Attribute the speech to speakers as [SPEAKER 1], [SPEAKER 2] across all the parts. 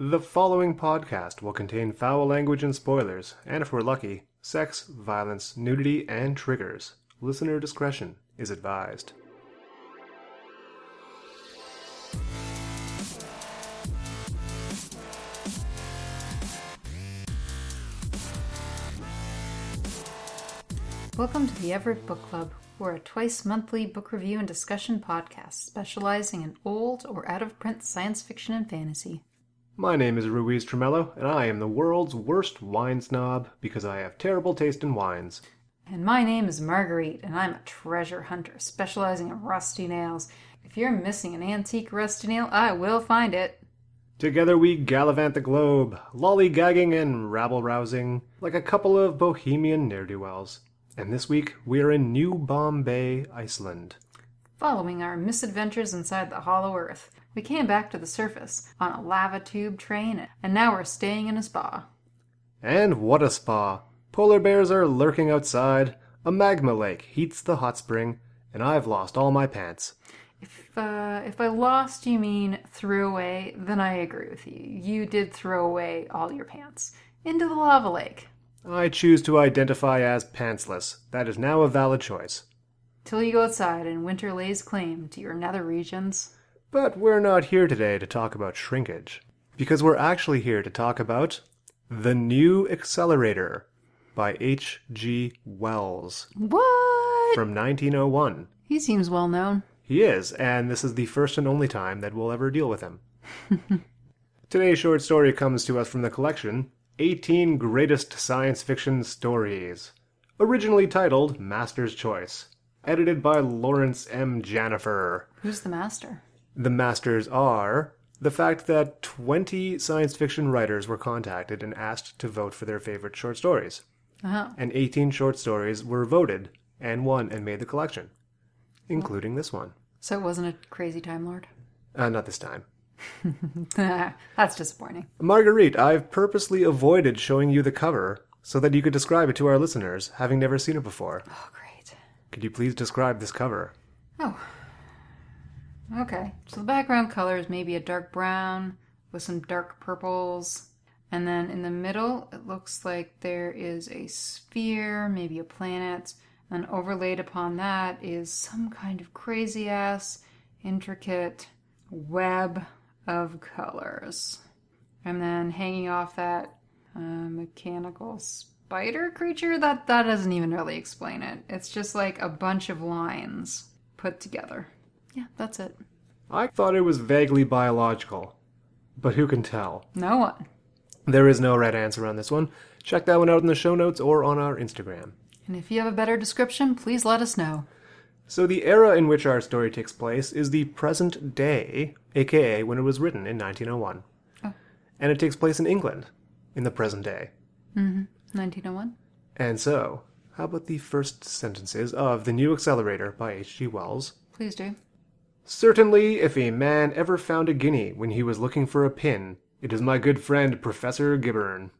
[SPEAKER 1] The following podcast will contain foul language and spoilers, and if we're lucky, sex, violence, nudity, and triggers. Listener discretion is advised.
[SPEAKER 2] Welcome to the Everett Book Club. We're a twice monthly book review and discussion podcast specializing in old or out of print science fiction and fantasy.
[SPEAKER 1] My name is Ruiz Tremello, and I am the world's worst wine snob because I have terrible taste in wines.
[SPEAKER 2] And my name is Marguerite, and I'm a treasure hunter specializing in rusty nails. If you're missing an antique rusty nail, I will find it.
[SPEAKER 1] Together we gallivant the globe, lollygagging and rabble rousing, like a couple of bohemian ne'er do wells. And this week we are in New Bombay, Iceland.
[SPEAKER 2] Following our misadventures inside the hollow earth, we came back to the surface on a lava tube train, and now we're staying in a spa.
[SPEAKER 1] And what a spa! Polar bears are lurking outside, a magma lake heats the hot spring, and I've lost all my pants.
[SPEAKER 2] If, uh, if I lost, you mean threw away, then I agree with you. You did throw away all your pants into the lava lake
[SPEAKER 1] I choose to identify as pantsless. That is now a valid choice.
[SPEAKER 2] till you go outside and winter lays claim to your nether regions.
[SPEAKER 1] But we're not here today to talk about shrinkage, because we're actually here to talk about The New Accelerator by H.G. Wells
[SPEAKER 2] What?
[SPEAKER 1] from 1901.
[SPEAKER 2] He seems well known.
[SPEAKER 1] He is, and this is the first and only time that we'll ever deal with him. Today's short story comes to us from the collection 18 Greatest Science Fiction Stories, originally titled Master's Choice, edited by Lawrence M. Janifer.
[SPEAKER 2] Who's the master?
[SPEAKER 1] The masters are the fact that 20 science fiction writers were contacted and asked to vote for their favorite short stories,
[SPEAKER 2] Oh,
[SPEAKER 1] and 18 short stories were voted and won and made the collection, including this one.
[SPEAKER 2] so it wasn't a crazy Time Lord.
[SPEAKER 1] Uh, not this time.
[SPEAKER 2] That's disappointing.
[SPEAKER 1] Marguerite, I've purposely avoided showing you the cover so that you could describe it to our listeners, having never seen it before.
[SPEAKER 2] Oh, great.
[SPEAKER 1] Could you please describe this cover?
[SPEAKER 2] Oh. Okay. So the background color is maybe a dark brown with some dark purples. And then in the middle, it looks like there is a sphere, maybe a planet. And overlaid upon that is some kind of crazy ass, intricate web of colors. And then hanging off that uh, mechanical spider creature, that, that doesn't even really explain it. It's just like a bunch of lines put together. Yeah, that's it.
[SPEAKER 1] I thought it was vaguely biological, but who can tell?
[SPEAKER 2] No one.
[SPEAKER 1] There is no right answer on this one. Check that one out in the show notes or on our Instagram.
[SPEAKER 2] And if you have a better description, please let us know.
[SPEAKER 1] So, the era in which our story takes place is the present day, aka when it was written in 1901.
[SPEAKER 2] Oh.
[SPEAKER 1] And it takes place in England, in the present day.
[SPEAKER 2] Mm-hmm. 1901?
[SPEAKER 1] And so, how about the first sentences of The New Accelerator by H.G. Wells?
[SPEAKER 2] Please do.
[SPEAKER 1] Certainly, if a man ever found a guinea when he was looking for a pin, it is my good friend Professor Gibbern.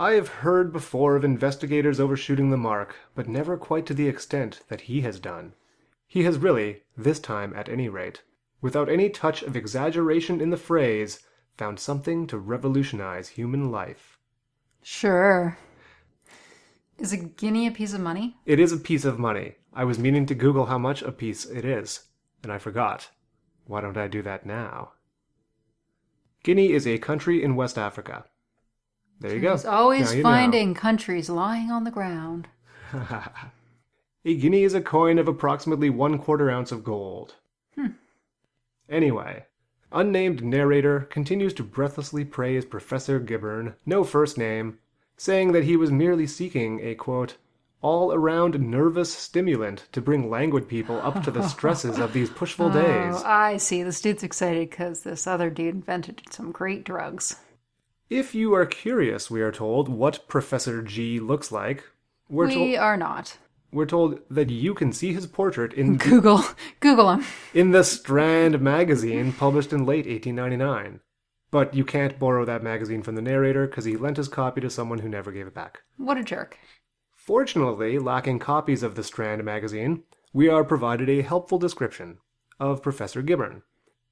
[SPEAKER 1] I have heard before of investigators overshooting the mark, but never quite to the extent that he has done. He has really, this time at any rate, without any touch of exaggeration in the phrase, found something to revolutionize human life.
[SPEAKER 2] Sure. Is a guinea a piece of money?
[SPEAKER 1] It is a piece of money. I was meaning to Google how much a piece it is, and I forgot. Why don't I do that now? Guinea is a country in West Africa. There you go.
[SPEAKER 2] He's always
[SPEAKER 1] Now you know.
[SPEAKER 2] finding countries lying on the ground.
[SPEAKER 1] A guinea is a coin of approximately one quarter ounce of gold.
[SPEAKER 2] Hmm.
[SPEAKER 1] Anyway, unnamed narrator continues to breathlessly praise Professor Gibbern, no first name, saying that he was merely seeking a quote, all around nervous stimulant to bring languid people up to the stresses of these pushful
[SPEAKER 2] Oh,
[SPEAKER 1] days.
[SPEAKER 2] I see. This dude's excited because this other dude invented some great drugs.
[SPEAKER 1] If you are curious, we are told, what Professor G looks like, we're,
[SPEAKER 2] we
[SPEAKER 1] tol-
[SPEAKER 2] are not.
[SPEAKER 1] we're told that you can see his portrait in
[SPEAKER 2] Google, Google him.
[SPEAKER 1] in the Strand magazine, published in late 1899. But you can't borrow that magazine from the narrator because he lent his copy to someone who never gave it back.
[SPEAKER 2] What a jerk.
[SPEAKER 1] Fortunately, lacking copies of the Strand magazine, we are provided a helpful description of Professor Gibbern.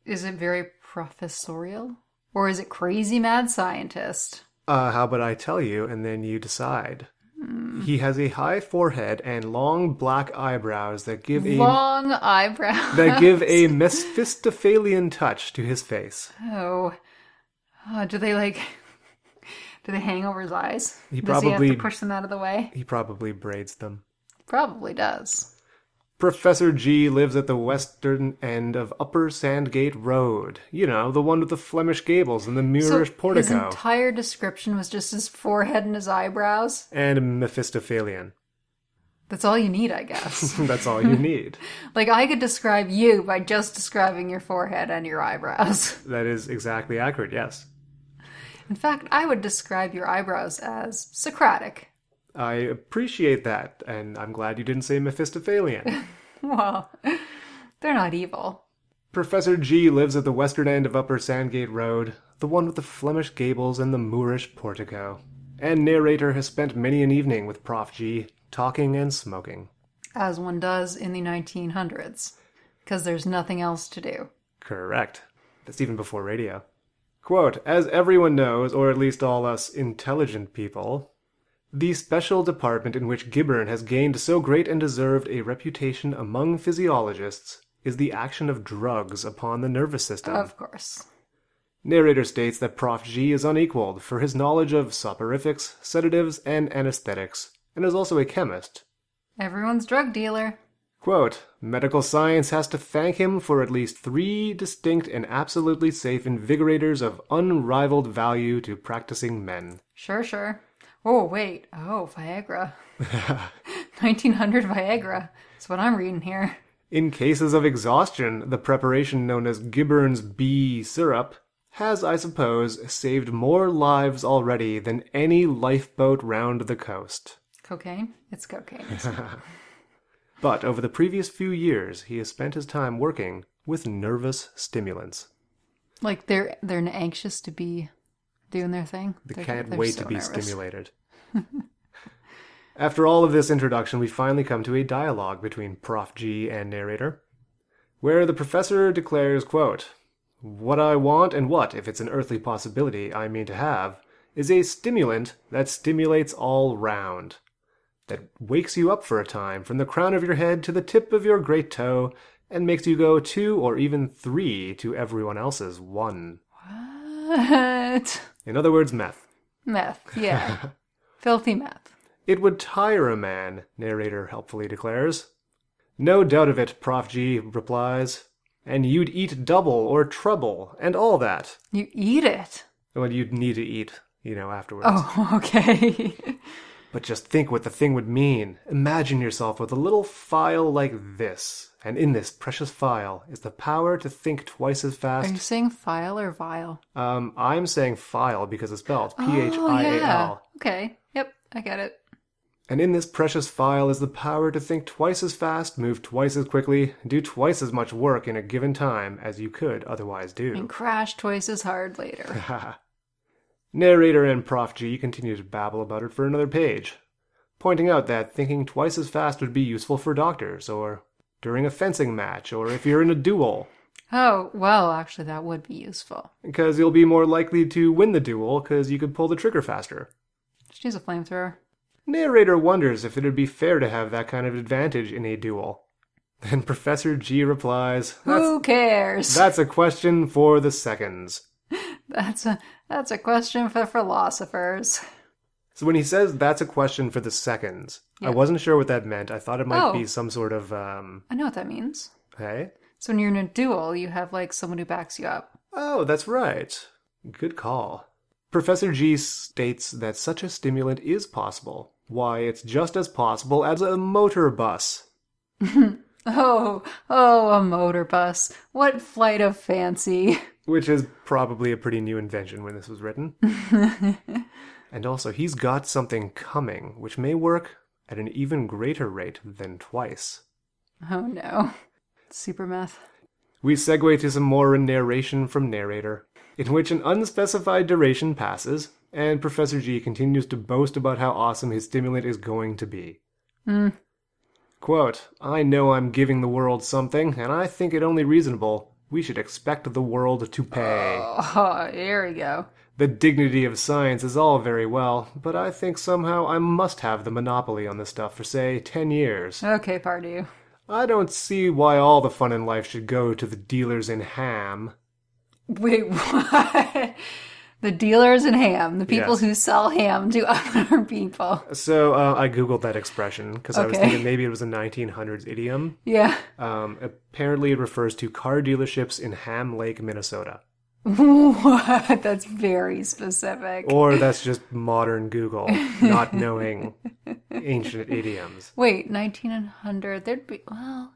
[SPEAKER 2] Is it very professorial? Or is it crazy mad scientist?
[SPEAKER 1] Uh, how about I tell you and then you decide?
[SPEAKER 2] Hmm.
[SPEAKER 1] He has a high forehead and long black eyebrows that give a
[SPEAKER 2] Long eyebrows.
[SPEAKER 1] that give a Mephistophelian touch to his face.
[SPEAKER 2] Oh. Uh, do they like. Do they hang over his eyes?
[SPEAKER 1] He
[SPEAKER 2] does he
[SPEAKER 1] probably-
[SPEAKER 2] have to push them out of the way?
[SPEAKER 1] He probably braids them.
[SPEAKER 2] Probably does.
[SPEAKER 1] Professor G lives at the western end of Upper Sandgate Road. You know, the one with the Flemish gables and the Moorish
[SPEAKER 2] his
[SPEAKER 1] portico.
[SPEAKER 2] entire description was just his forehead and his eyebrows.
[SPEAKER 1] and Mephistophelian.
[SPEAKER 2] That's all you need, I guess.
[SPEAKER 1] That's all you need.
[SPEAKER 2] like I could describe you by just describing your forehead and your eyebrows.
[SPEAKER 1] that is exactly accurate, yes.
[SPEAKER 2] In fact, I would describe your eyebrows as Socratic.
[SPEAKER 1] I appreciate that, and I'm glad you didn't say Mephistophelian.
[SPEAKER 2] Well, they're not evil.
[SPEAKER 1] Professor G lives at the western end of Upper Sandgate Road, the one with the Flemish gables and the Moorish portico. And narrator has spent many an evening with Prof G, talking and smoking.
[SPEAKER 2] as one does in the 1900s, because there's nothing else to do.
[SPEAKER 1] Correct. That's even before radio. Quote As everyone knows, or at least all us intelligent people, the special department in which Gibbon has gained so great and deserved a reputation among physiologists is the action of drugs upon the nervous system.
[SPEAKER 2] Of course.
[SPEAKER 1] Narrator states that Prof. G is unequaled for his knowledge of soporifics, sedatives, and anesthetics, and is also a chemist.
[SPEAKER 2] Everyone's drug dealer.
[SPEAKER 1] Quote, medical science has to thank him for at least three distinct and absolutely safe invigorators of unrivaled value to practicing men.
[SPEAKER 2] Sure, sure. Oh, wait. Oh, Viagra. 1900 Viagra. That's what I'm reading here.
[SPEAKER 1] In cases of exhaustion, the preparation known as Gibbern's bee syrup has, I suppose, saved more lives already than any lifeboat round the coast.
[SPEAKER 2] Cocaine? It's cocaine.
[SPEAKER 1] But over the previous few years, he has spent his time working with nervous stimulants.
[SPEAKER 2] like they're they're anxious to be doing their thing.
[SPEAKER 1] They
[SPEAKER 2] They're-
[SPEAKER 1] can't
[SPEAKER 2] they're
[SPEAKER 1] wait
[SPEAKER 2] so
[SPEAKER 1] to be
[SPEAKER 2] nervous.
[SPEAKER 1] stimulated. After all of this introduction, we finally come to a dialogue between Prof G and narrator, where the professor declares, quote, "What I want and what, if it's an earthly possibility, I mean to have, is a stimulant that stimulates all round, that wakes you up for a time from the crown of your head to the tip of your great toe, and makes you go two or even three to everyone else's one.
[SPEAKER 2] What?
[SPEAKER 1] In other words, meth."
[SPEAKER 2] Meth. Yeah. Filthy meth.
[SPEAKER 1] It would tire a man, narrator helpfully declares. No doubt of it, Prof G replies. And you'd eat double or treble and all that.
[SPEAKER 2] You eat it.
[SPEAKER 1] Well, you'd need to eat, you know, afterwards.
[SPEAKER 2] Oh, okay.
[SPEAKER 1] But just think what the thing would mean. Imagine yourself with a little file like this, and in this precious file is the power to think twice as
[SPEAKER 2] Are you
[SPEAKER 1] fast.
[SPEAKER 2] saying file or vial?
[SPEAKER 1] Um, I'm saying file because it's spelled
[SPEAKER 2] Oh,
[SPEAKER 1] P H I A L.
[SPEAKER 2] Okay. Yep. I get it.
[SPEAKER 1] And in this precious file is the power to think twice as fast, move twice as quickly, and do twice as much work in a given time as you could otherwise do.
[SPEAKER 2] And crash twice as hard later.
[SPEAKER 1] Narrator and Prof G continue to babble about it for another page, pointing out that thinking twice as fast would be useful for doctors, or during a fencing match, or if you're in a duel,
[SPEAKER 2] oh, well, actually, that would be useful.
[SPEAKER 1] because you'll be more likely to win the duel because you could pull the trigger faster.
[SPEAKER 2] Just use a flamethrower.
[SPEAKER 1] Narrator wonders if it would be fair to have that kind of advantage in a duel. And Professor G replies, That's
[SPEAKER 2] Who cares?
[SPEAKER 1] That's a question for the seconds.
[SPEAKER 2] that's a that's a question for philosophers.
[SPEAKER 1] So when he says that's a question for the seconds, I
[SPEAKER 2] Yeah.
[SPEAKER 1] wasn't sure what that meant. I thought it might
[SPEAKER 2] Oh.
[SPEAKER 1] be some sort of um
[SPEAKER 2] I know what that means.
[SPEAKER 1] hey.
[SPEAKER 2] So when you're in a duel, you have like someone who backs you up.
[SPEAKER 1] Oh, that's right. Good call. Professor G states that such a stimulant is possible. Why, it's just as possible as a motor bus.
[SPEAKER 2] Oh, oh, a motor bus. What flight of fancy.
[SPEAKER 1] Which is probably a pretty new invention when this was written. and also, he's got something coming, which may work at an even greater rate than twice.
[SPEAKER 2] Oh no. Super meth.
[SPEAKER 1] We segue to some more narration from narrator, in which an unspecified duration passes, and Professor G continues to boast about how awesome his stimulant is going to be. Quote, I know I'm giving the world something, and I think it only reasonable We should expect the world to pay.
[SPEAKER 2] Oh, here we go.
[SPEAKER 1] The dignity of science is all very well, but I think somehow I must have the monopoly on this stuff for, say, 10 years.
[SPEAKER 2] Okay, Pardew.
[SPEAKER 1] I don't see why all the fun in life should go to the dealers in ham.
[SPEAKER 2] Wait, what? The dealers in ham, the people
[SPEAKER 1] Yes.
[SPEAKER 2] who sell ham to other people.
[SPEAKER 1] So uh, I googled that expression because I was
[SPEAKER 2] Okay.
[SPEAKER 1] thinking maybe it was a 1900s idiom.
[SPEAKER 2] Yeah.
[SPEAKER 1] Um, apparently, it refers to car dealerships in Ham Lake, Minnesota.
[SPEAKER 2] What? That's very specific.
[SPEAKER 1] Or that's just modern Google not knowing ancient idioms.
[SPEAKER 2] Wait, 1900. There'd be, well,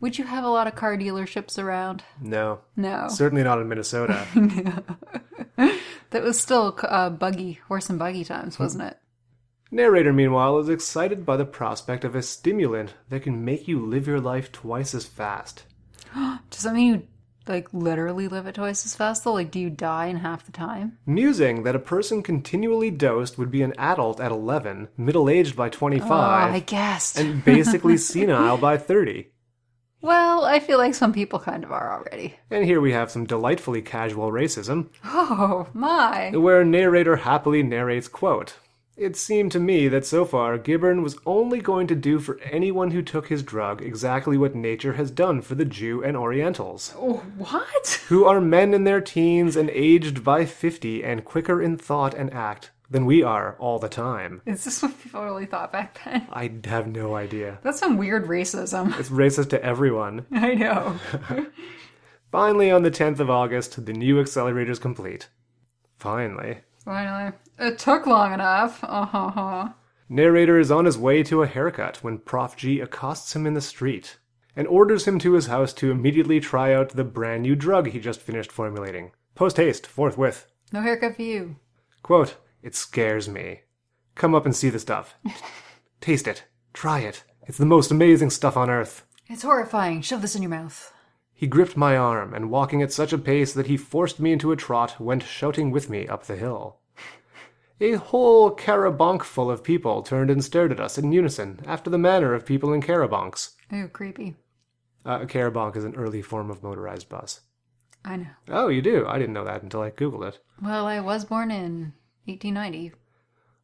[SPEAKER 2] would you have a lot of car dealerships around?
[SPEAKER 1] No,
[SPEAKER 2] No.
[SPEAKER 1] certainly not in Minnesota.
[SPEAKER 2] That was still uh, buggy, horse and buggy times, wasn't it?
[SPEAKER 1] Narrator, meanwhile, is excited by the prospect of a stimulant that can make you live your life twice as fast.
[SPEAKER 2] Does that mean you, like, literally live it twice as fast, though? Like, do you die in half the time?
[SPEAKER 1] Musing that a person continually dosed would be an adult at 11, middle aged by 25,
[SPEAKER 2] Oh, I guessed.
[SPEAKER 1] and basically senile by 30.
[SPEAKER 2] well, I feel like some people kind of are already.
[SPEAKER 1] And here we have some delightfully casual racism,
[SPEAKER 2] Oh, my.
[SPEAKER 1] where narrator happily narrates, quote, It seemed to me that so far Gibbon was only going to do for anyone who took his drug exactly what nature has done for the Jew and Orientals,
[SPEAKER 2] Oh, what?
[SPEAKER 1] who are men in their teens and aged by 50 and quicker in thought and act than we are all the time.
[SPEAKER 2] Is this what people really thought back then?
[SPEAKER 1] I have no idea.
[SPEAKER 2] That's some weird racism.
[SPEAKER 1] It's racist to everyone.
[SPEAKER 2] I know.
[SPEAKER 1] Finally, on the 10th of August, the new accelerator is complete. Finally.
[SPEAKER 2] Finally, it took long enough. Uh huh.
[SPEAKER 1] Narrator is on his way to a haircut when Prof G accosts him in the street and orders him to his house to immediately try out the brand new drug he just finished formulating. Post haste, forthwith.
[SPEAKER 2] No haircut for you.
[SPEAKER 1] Quote, It scares me. Come up and see the stuff. Taste it. Try it. It's the most amazing stuff on earth.
[SPEAKER 2] It's horrifying. Shove this in your mouth.
[SPEAKER 1] He gripped my arm, and walking at such a pace that he forced me into a trot, went shouting with me up the hill. A whole carabanc full of people turned and stared at us in unison, after the manner of people in carabancs.
[SPEAKER 2] Ooh, creepy.
[SPEAKER 1] Uh, a carabanc is an early form of motorized bus.
[SPEAKER 2] I know.
[SPEAKER 1] Oh, you do? I didn't know that until I googled it.
[SPEAKER 2] Well, I was born in 1890.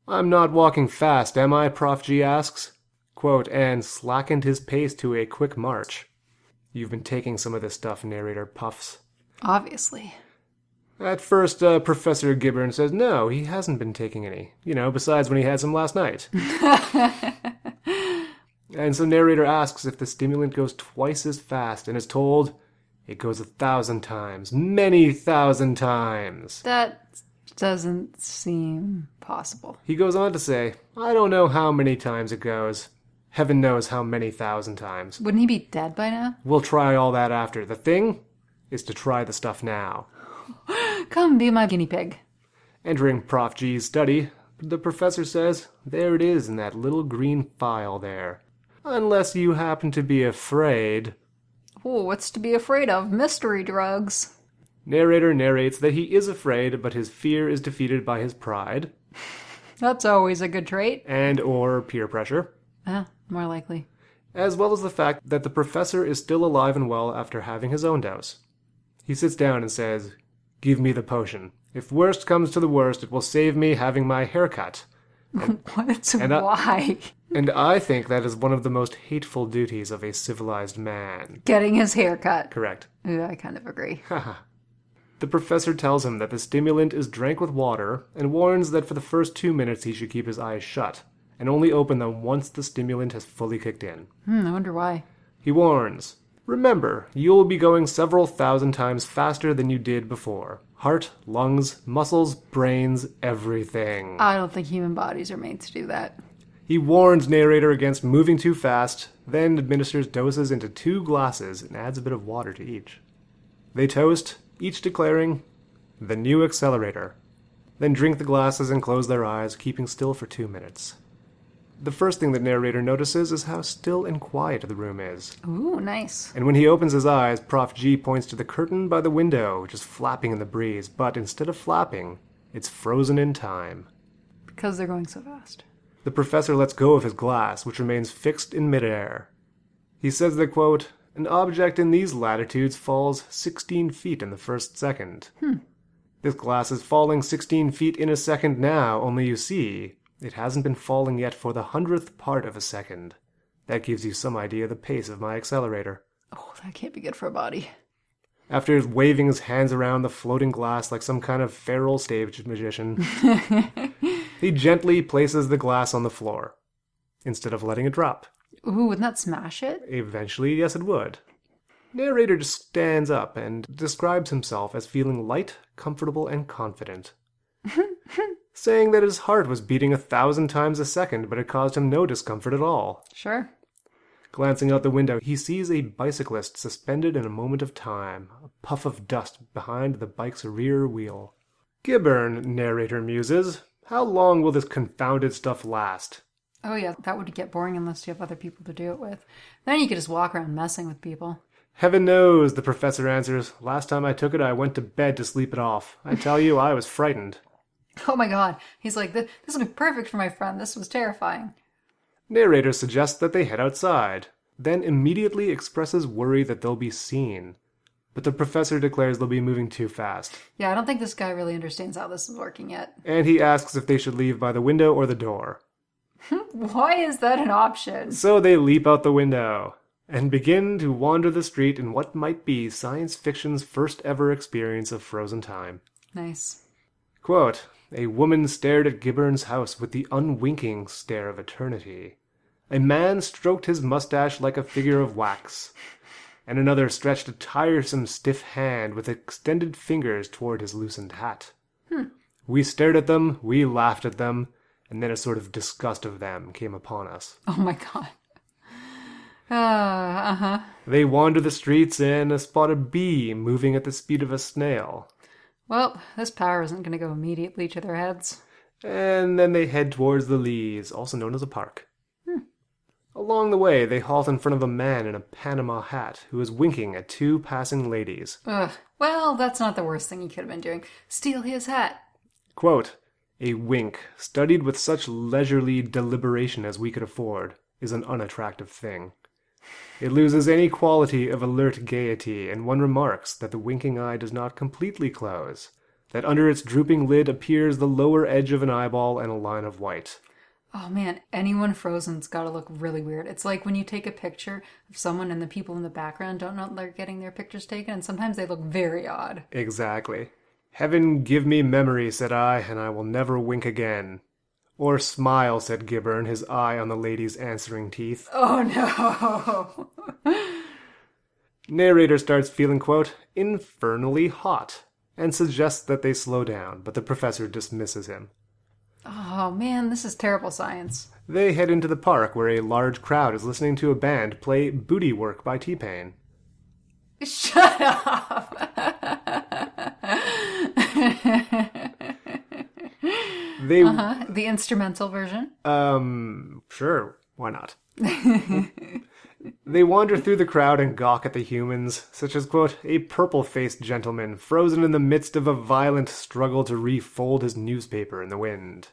[SPEAKER 1] I'm not walking fast, am I? Prof G asks. Quote, and slackened his pace to a quick march. You've been taking some of this stuff, narrator puffs.
[SPEAKER 2] Obviously.
[SPEAKER 1] At first, uh, Professor Gibbern says no, he hasn't been taking any. You know, besides when he had some last night. and so narrator asks if the stimulant goes twice as fast and is told it goes a thousand times, many thousand times.
[SPEAKER 2] That doesn't seem possible.
[SPEAKER 1] He goes on to say, I don't know how many times it goes. Heaven knows how many thousand times.
[SPEAKER 2] Wouldn't he be dead by now?
[SPEAKER 1] We'll try all that after. The thing is to try the stuff now.
[SPEAKER 2] Come be my guinea pig.
[SPEAKER 1] Entering Prof G's study, the professor says, There it is in that little green file there. Unless you happen to be afraid.
[SPEAKER 2] Oh, what's to be afraid of? Mystery drugs.
[SPEAKER 1] Narrator narrates that he is afraid, but his fear is defeated by his pride
[SPEAKER 2] That's always a good trait.
[SPEAKER 1] and or peer pressure,
[SPEAKER 2] Ah, more likely.
[SPEAKER 1] as well as the fact that the professor is still alive and well after having his own dose. He sits down and says, Give me the potion. If worst comes to the worst, it will save me having my hair cut.
[SPEAKER 2] What?
[SPEAKER 1] I-
[SPEAKER 2] Why?
[SPEAKER 1] And I think that is one of the most hateful duties of a civilized man.
[SPEAKER 2] Getting his hair cut.
[SPEAKER 1] Correct.
[SPEAKER 2] Ooh, I kind of agree.
[SPEAKER 1] The professor tells him that the stimulant is drank with water and warns that for the first two minutes he should keep his eyes shut and only open them once the stimulant has fully kicked in.
[SPEAKER 2] Hmm, I wonder why.
[SPEAKER 1] He warns Remember, you'll be going several thousand times faster than you did before. Heart, lungs, muscles, brains, everything.
[SPEAKER 2] I don't think human bodies are made to do that.
[SPEAKER 1] He warns narrator against moving too fast, then administers doses into two glasses and adds a bit of water to each. They toast, each declaring, the new accelerator, then drink the glasses and close their eyes, keeping still for two minutes. The first thing the narrator notices is how still and quiet the room is,
[SPEAKER 2] Ooh, nice.
[SPEAKER 1] and when he opens his eyes, Prof G points to the curtain by the window, which is flapping in the breeze, but instead of flapping, it's frozen in time.
[SPEAKER 2] Because they're going so fast.
[SPEAKER 1] The professor lets go of his glass, which remains fixed in midair. He says that, quote, An object in these latitudes falls 16 feet in the first second. This glass is falling 16 feet in a second now, only you see, it hasn't been falling yet for the hundredth part of a second. That gives you some idea of the pace of my accelerator.
[SPEAKER 2] Oh, that can't be good for a body.
[SPEAKER 1] After waving his hands around the floating glass like some kind of feral stage magician, he gently places the glass on the floor instead of letting it drop.
[SPEAKER 2] Ooh, wouldn't that smash it?
[SPEAKER 1] Eventually, yes, it would. Narrator just stands up and describes himself as feeling light, comfortable, and confident, saying that his heart was beating a thousand times a second, but it caused him no discomfort at all.
[SPEAKER 2] Sure.
[SPEAKER 1] Glancing out the window, he sees a bicyclist suspended in a moment of time, a puff of dust behind the bike's rear wheel. Gibbern, narrator muses, how long will this confounded stuff last?
[SPEAKER 2] Oh, yeah, that would get boring unless you have other people to do it with. Then you could just walk around messing with people.
[SPEAKER 1] Heaven knows, the professor answers. Last time I took it, I went to bed to sleep it off. I tell you, I was frightened.
[SPEAKER 2] Oh my god. He's like, this, this will be perfect for my friend. This was terrifying.
[SPEAKER 1] Narrator suggests that they head outside, then immediately expresses worry that they'll be seen. But the professor declares they'll be moving too fast,
[SPEAKER 2] Yeah, I don't think this guy really understands how this is working yet.
[SPEAKER 1] and he asks if they should leave by the window or the door.
[SPEAKER 2] Why is that an option?
[SPEAKER 1] So they leap out the window and begin to wander the street in what might be science fiction's first ever experience of frozen time.
[SPEAKER 2] Nice.
[SPEAKER 1] Quote, a woman stared at Gibbern's house with the unwinking stare of eternity. A man stroked his mustache like a figure of wax, and another stretched a tiresome stiff hand with extended fingers toward his loosened hat. We stared at them, we laughed at them, and then a sort of disgust of them came upon us.
[SPEAKER 2] Oh my god. Uh huh.
[SPEAKER 1] They wander the streets and spot a bee moving at the speed of a snail,
[SPEAKER 2] Well, this power isn't going to go immediately to their heads.
[SPEAKER 1] and then they head towards the Lees, also known as a park. Hmm. Along the way, they halt in front of a man in a Panama hat who is winking at two passing ladies.
[SPEAKER 2] Ugh. Well, that's not the worst thing he could have been doing. Steal his hat.
[SPEAKER 1] Quote, a wink, studied with such leisurely deliberation as we could afford, is an unattractive thing. It loses any quality of alert gaiety, and one remarks that the winking eye does not completely close, that under its drooping lid appears the lower edge of an eyeball and a line of white.
[SPEAKER 2] Oh man, anyone frozen's got to look really weird. It's like when you take a picture of someone and the people in the background don't know they're getting their pictures taken, and sometimes they look very odd.
[SPEAKER 1] Exactly. Heaven give me memory, said I, and I will never wink again. Or smile, said Gibberne, his eye on the lady's answering teeth.
[SPEAKER 2] Oh no.
[SPEAKER 1] Narrator starts feeling, quote, infernally hot, and suggests that they slow down, but the professor dismisses him.
[SPEAKER 2] oh man, this is terrible science.
[SPEAKER 1] They head into the park where a large crowd is listening to a band play Booty Work by T Pain.
[SPEAKER 2] Shut up.
[SPEAKER 1] They,
[SPEAKER 2] Huh? The instrumental version?
[SPEAKER 1] um, sure, why not? they wander through the crowd and gawk at the humans, such as, quote, a purple faced gentleman frozen in the midst of a violent struggle to refold his newspaper in the wind.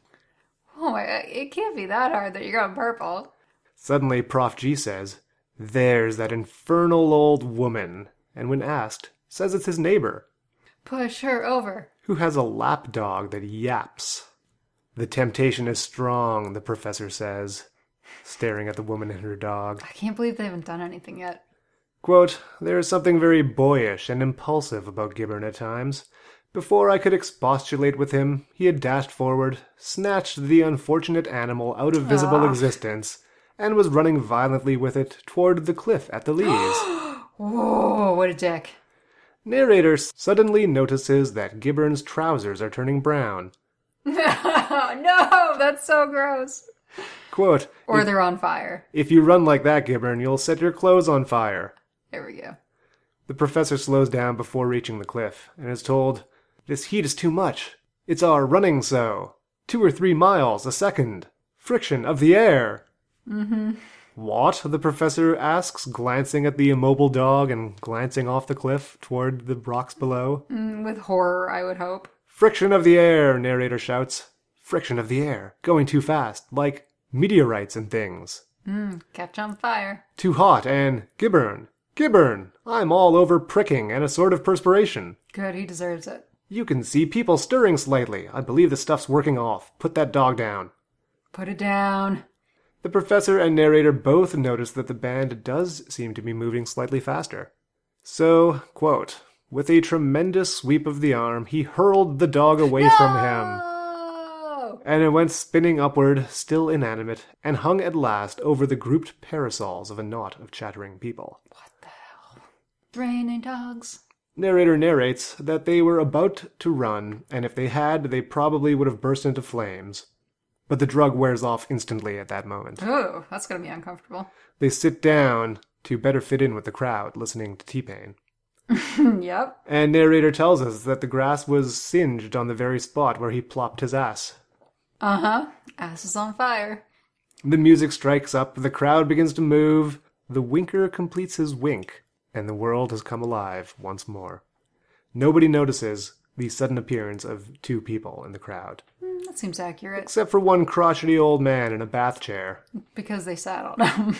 [SPEAKER 2] Oh, I- I- it can't be that hard that you're going purple.
[SPEAKER 1] Suddenly, Prof. G says, There's that infernal old woman, and when asked, says it's his neighbor,
[SPEAKER 2] Push her over.
[SPEAKER 1] who has a lap dog that yaps. The temptation is strong, the professor says, staring at the woman and her dog.
[SPEAKER 2] I can't believe they haven't done anything yet.
[SPEAKER 1] Quote, There is something very boyish and impulsive about Gibbon at times. Before I could expostulate with him, he had dashed forward, snatched the unfortunate animal out of visible existence, and was running violently with it toward the cliff at the lees.
[SPEAKER 2] Whoa, what a dick.
[SPEAKER 1] Narrator suddenly notices that Gibbon's trousers are turning brown.
[SPEAKER 2] Oh, no, that's so gross.
[SPEAKER 1] Quote,
[SPEAKER 2] Or they're on fire.
[SPEAKER 1] If you run like that, Gibbon, you'll set your clothes on fire.
[SPEAKER 2] There we go.
[SPEAKER 1] The professor slows down before reaching the cliff and is told, This heat is too much. It's our running so. Two or three miles a second. Friction of the air. Mm-hmm. What? The professor asks, glancing at the immobile dog and glancing off the cliff toward the rocks below.
[SPEAKER 2] Mm, With horror, I would hope.
[SPEAKER 1] Friction of the air, narrator shouts. Friction of the air. Going too fast, like meteorites and things.
[SPEAKER 2] Mm, Catch on fire.
[SPEAKER 1] Too hot and Gibbern. Gibbon, I'm all over pricking and a sort of perspiration.
[SPEAKER 2] Good, he deserves it.
[SPEAKER 1] You can see people stirring slightly. I believe the stuff's working off. Put that dog down.
[SPEAKER 2] Put it down.
[SPEAKER 1] The professor and narrator both notice that the band does seem to be moving slightly faster. So, quote, with a tremendous sweep of the arm, he hurled the dog away from him,
[SPEAKER 2] No!
[SPEAKER 1] and it went spinning upward, still inanimate, and hung at last over the grouped parasols of a knot of chattering people.
[SPEAKER 2] Raining dogs.
[SPEAKER 1] Narrator narrates that they were about to run, and if they had, they probably would have burst into flames. But the drug wears off instantly at that moment.
[SPEAKER 2] Oh, that's gonna be uncomfortable.
[SPEAKER 1] They sit down to better fit in with the crowd, listening to T Pain.
[SPEAKER 2] yep.
[SPEAKER 1] And narrator tells us that the grass was singed on the very spot where he plopped his ass.
[SPEAKER 2] Uh huh. Ass is on fire.
[SPEAKER 1] The music strikes up, the crowd begins to move, the winker completes his wink, and the world has come alive once more. Nobody notices the sudden appearance of two people in the crowd,
[SPEAKER 2] Mm, That seems accurate
[SPEAKER 1] except for one crotchety old man in a bath chair.
[SPEAKER 2] because they sat on them.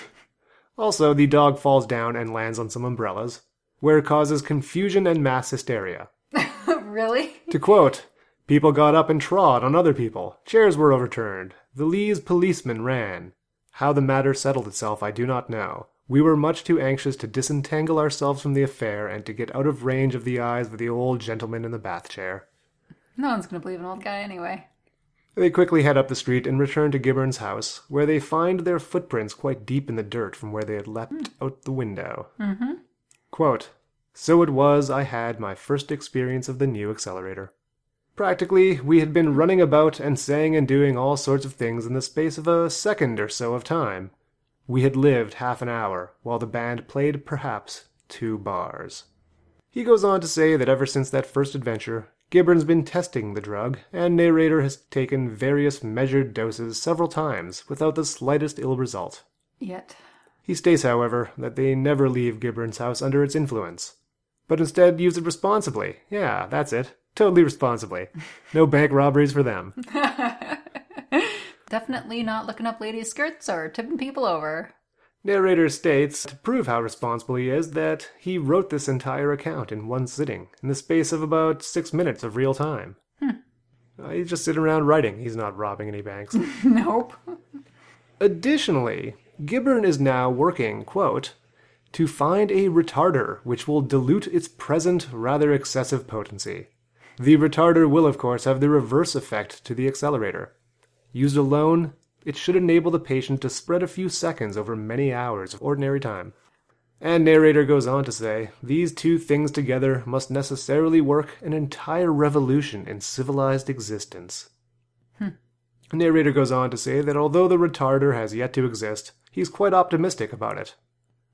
[SPEAKER 1] Also, the dog falls down and lands on some umbrellas, where it causes confusion and mass hysteria.
[SPEAKER 2] really?
[SPEAKER 1] To quote, people got up and trod on other people. Chairs were overturned. The Lee's policeman ran. How the matter settled itself, I do not know. We were much too anxious to disentangle ourselves from the affair and to get out of range of the eyes of the old gentleman in the bath chair.
[SPEAKER 2] No one's gonna believe an old guy anyway.
[SPEAKER 1] They quickly head up the street and return to Gibbern's house, where they find their footprints quite deep in the dirt from where they had leapt out the window. Mm-hmm. Quote, So it was I had my first experience of the new accelerator. Practically, we had been running about and saying and doing all sorts of things in the space of a second or so of time. We had lived half an hour, while the band played perhaps two bars. He goes on to say that ever since that first adventure, Gibbon's been testing the drug, and narrator has taken various measured doses several times without the slightest ill result.
[SPEAKER 2] Yet.
[SPEAKER 1] He states, however, that they never leave Gibbon's house under its influence, but instead use it responsibly. Yeah, that's it. Totally responsibly. No bank robberies for them.
[SPEAKER 2] Definitely not looking up ladies' skirts or tipping people over.
[SPEAKER 1] Narrator states, to prove how responsible he is, that he wrote this entire account in one sitting, in the space of about six minutes of real time. Uh, he's just sitting around writing. He's not robbing any banks.
[SPEAKER 2] Nope.
[SPEAKER 1] Additionally, Gibbon is now working, quote, to find a retarder which will dilute its present rather excessive potency. The retarder will, of course, have the reverse effect to the accelerator. Used alone, it should enable the patient to spread a few seconds over many hours of ordinary time. And narrator goes on to say, these two things together must necessarily work an entire revolution in civilized existence. Narrator goes on to say that although the retarder has yet to exist, he's quite optimistic about it.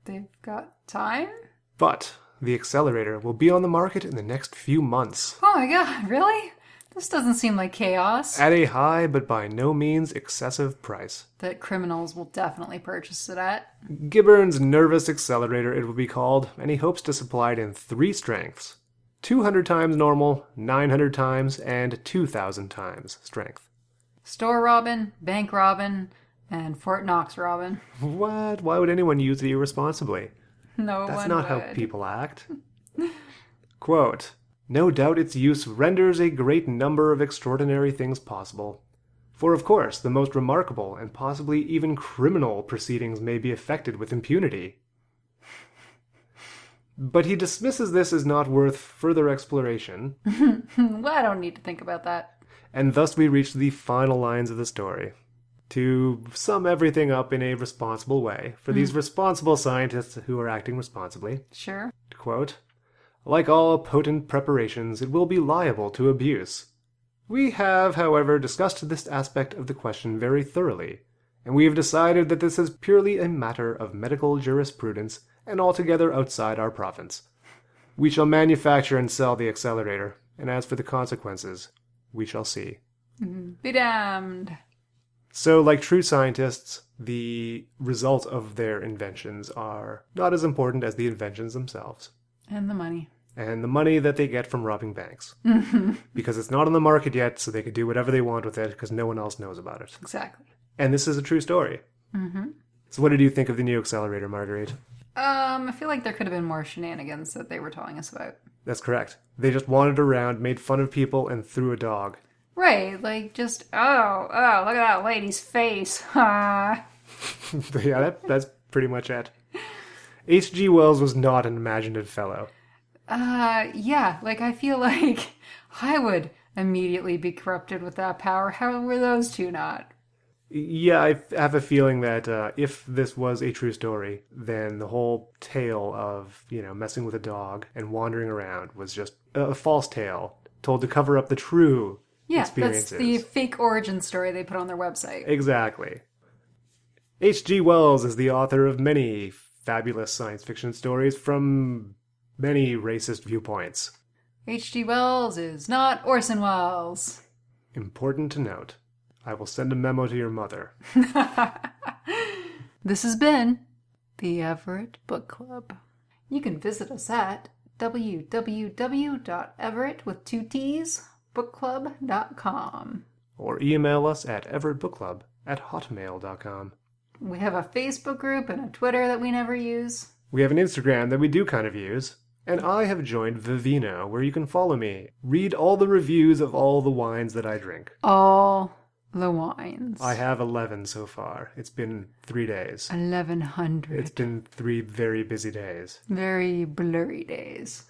[SPEAKER 2] They've got time?
[SPEAKER 1] But the accelerator will be on the market in the next few months
[SPEAKER 2] Oh my god, really? This doesn't seem like chaos.
[SPEAKER 1] at a high but by no means excessive price.
[SPEAKER 2] That criminals will definitely purchase it at.
[SPEAKER 1] Gibbern's nervous accelerator, it will be called, and he hopes to supply it in three strengths 200 times normal, 900 times, and 2,000 times strength.
[SPEAKER 2] Store Robin, Bank Robin, and Fort Knox Robin.
[SPEAKER 1] What? Why would anyone use it irresponsibly?
[SPEAKER 2] No
[SPEAKER 1] That's
[SPEAKER 2] one
[SPEAKER 1] not
[SPEAKER 2] would.
[SPEAKER 1] how people act. Quote No doubt its use renders a great number of extraordinary things possible. For of course, the most remarkable and possibly even criminal proceedings may be effected with impunity. But he dismisses this as not worth further exploration,
[SPEAKER 2] Well, I don't need to think about that.
[SPEAKER 1] and thus we reach the final lines of the story. To sum everything up in a responsible way, for these responsible scientists who are acting responsibly,
[SPEAKER 2] Sure.
[SPEAKER 1] Quote, like all potent preparations, it will be liable to abuse. We have, however, discussed this aspect of the question very thoroughly, and we have decided that this is purely a matter of medical jurisprudence and altogether outside our province. We shall manufacture and sell the accelerator, and as for the consequences, we shall see.
[SPEAKER 2] Be damned.
[SPEAKER 1] So, like true scientists, the result of their inventions are not as important as the inventions themselves.
[SPEAKER 2] And the money.
[SPEAKER 1] and the money that they get from robbing banks because it's not on the market yet so they can do whatever they want with it because no one else knows about it
[SPEAKER 2] Exactly.
[SPEAKER 1] and this is a true story mm-hmm. so what did you think of the new accelerator marguerite
[SPEAKER 2] Um, I feel like there could have been more shenanigans that they were telling us about.
[SPEAKER 1] That's correct. They just wandered around, made fun of people, and threw a dog.
[SPEAKER 2] Right, like just oh, oh, look at that lady's face. Ah.
[SPEAKER 1] yeah, that, that's pretty much it. H.G. Wells was not an imaginative fellow.
[SPEAKER 2] Uh, yeah, like I feel like I would immediately be corrupted with that power. How were those two not?
[SPEAKER 1] Yeah, I f- have a feeling that uh, if this was a true story, then the whole tale of, you know, messing with a dog and wandering around was just a, a false tale told to cover up the true
[SPEAKER 2] Yeah, that's
[SPEAKER 1] experiences.
[SPEAKER 2] the fake origin story they put on their website.
[SPEAKER 1] Exactly. H.G. Wells is the author of many fabulous science fiction stories from many racist viewpoints.
[SPEAKER 2] H.G. Wells is not Orson Welles.
[SPEAKER 1] Important to note. I will send a memo to your mother.
[SPEAKER 2] This has been the Everett Book Club. You can visit us at www.everett with two T's bookclub.com.
[SPEAKER 1] Or email us at everettbookclub at hotmail.com.
[SPEAKER 2] We have a Facebook group and a Twitter that we never use.
[SPEAKER 1] We have an Instagram that we do kind of use. And I have joined Vivino, where you can follow me, read all the reviews of all the wines that I drink.
[SPEAKER 2] All the wines.
[SPEAKER 1] I have 11 so far. It's been three days.
[SPEAKER 2] Eleven
[SPEAKER 1] It's
[SPEAKER 2] hundred.
[SPEAKER 1] been three very busy days.
[SPEAKER 2] Very blurry days.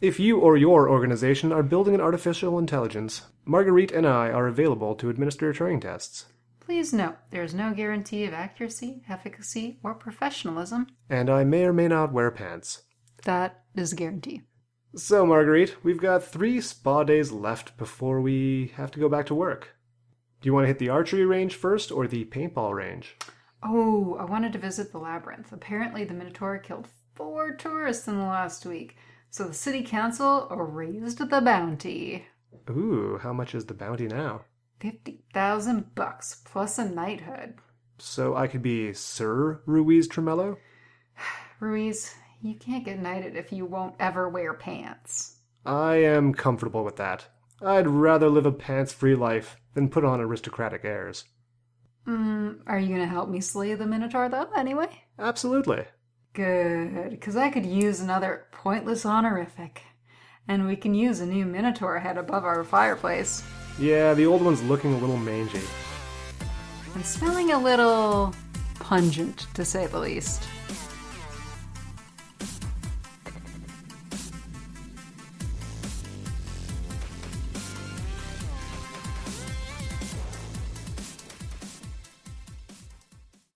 [SPEAKER 1] If you or your organization are building an artificial intelligence, Marguerite and I are available to administer Turing tests.
[SPEAKER 2] Please note there is no guarantee of accuracy, efficacy, or professionalism.
[SPEAKER 1] And I may or may not wear pants.
[SPEAKER 2] That is a guarantee.
[SPEAKER 1] So, Marguerite, we've got three spa days left before we have to go back to work. Do you want to hit the archery range first or the paintball range?
[SPEAKER 2] Oh, I wanted to visit the labyrinth. Apparently, the Minotaur killed four tourists in the last week, so the city council raised the bounty.
[SPEAKER 1] Ooh, how much is the bounty now?
[SPEAKER 2] 50,000 bucks plus a knighthood.
[SPEAKER 1] So I could be Sir Ruiz Tremello?
[SPEAKER 2] Ruiz, you can't get knighted if you won't ever wear pants.
[SPEAKER 1] I am comfortable with that. I'd rather live a pants free life than put on aristocratic airs.
[SPEAKER 2] Mm, are you going to help me slay the Minotaur, though, anyway?
[SPEAKER 1] Absolutely.
[SPEAKER 2] Good, because I could use another pointless honorific. And we can use a new Minotaur head above our fireplace.
[SPEAKER 1] Yeah, the old one's looking a little mangy.
[SPEAKER 2] and smelling a little pungent, to say the least.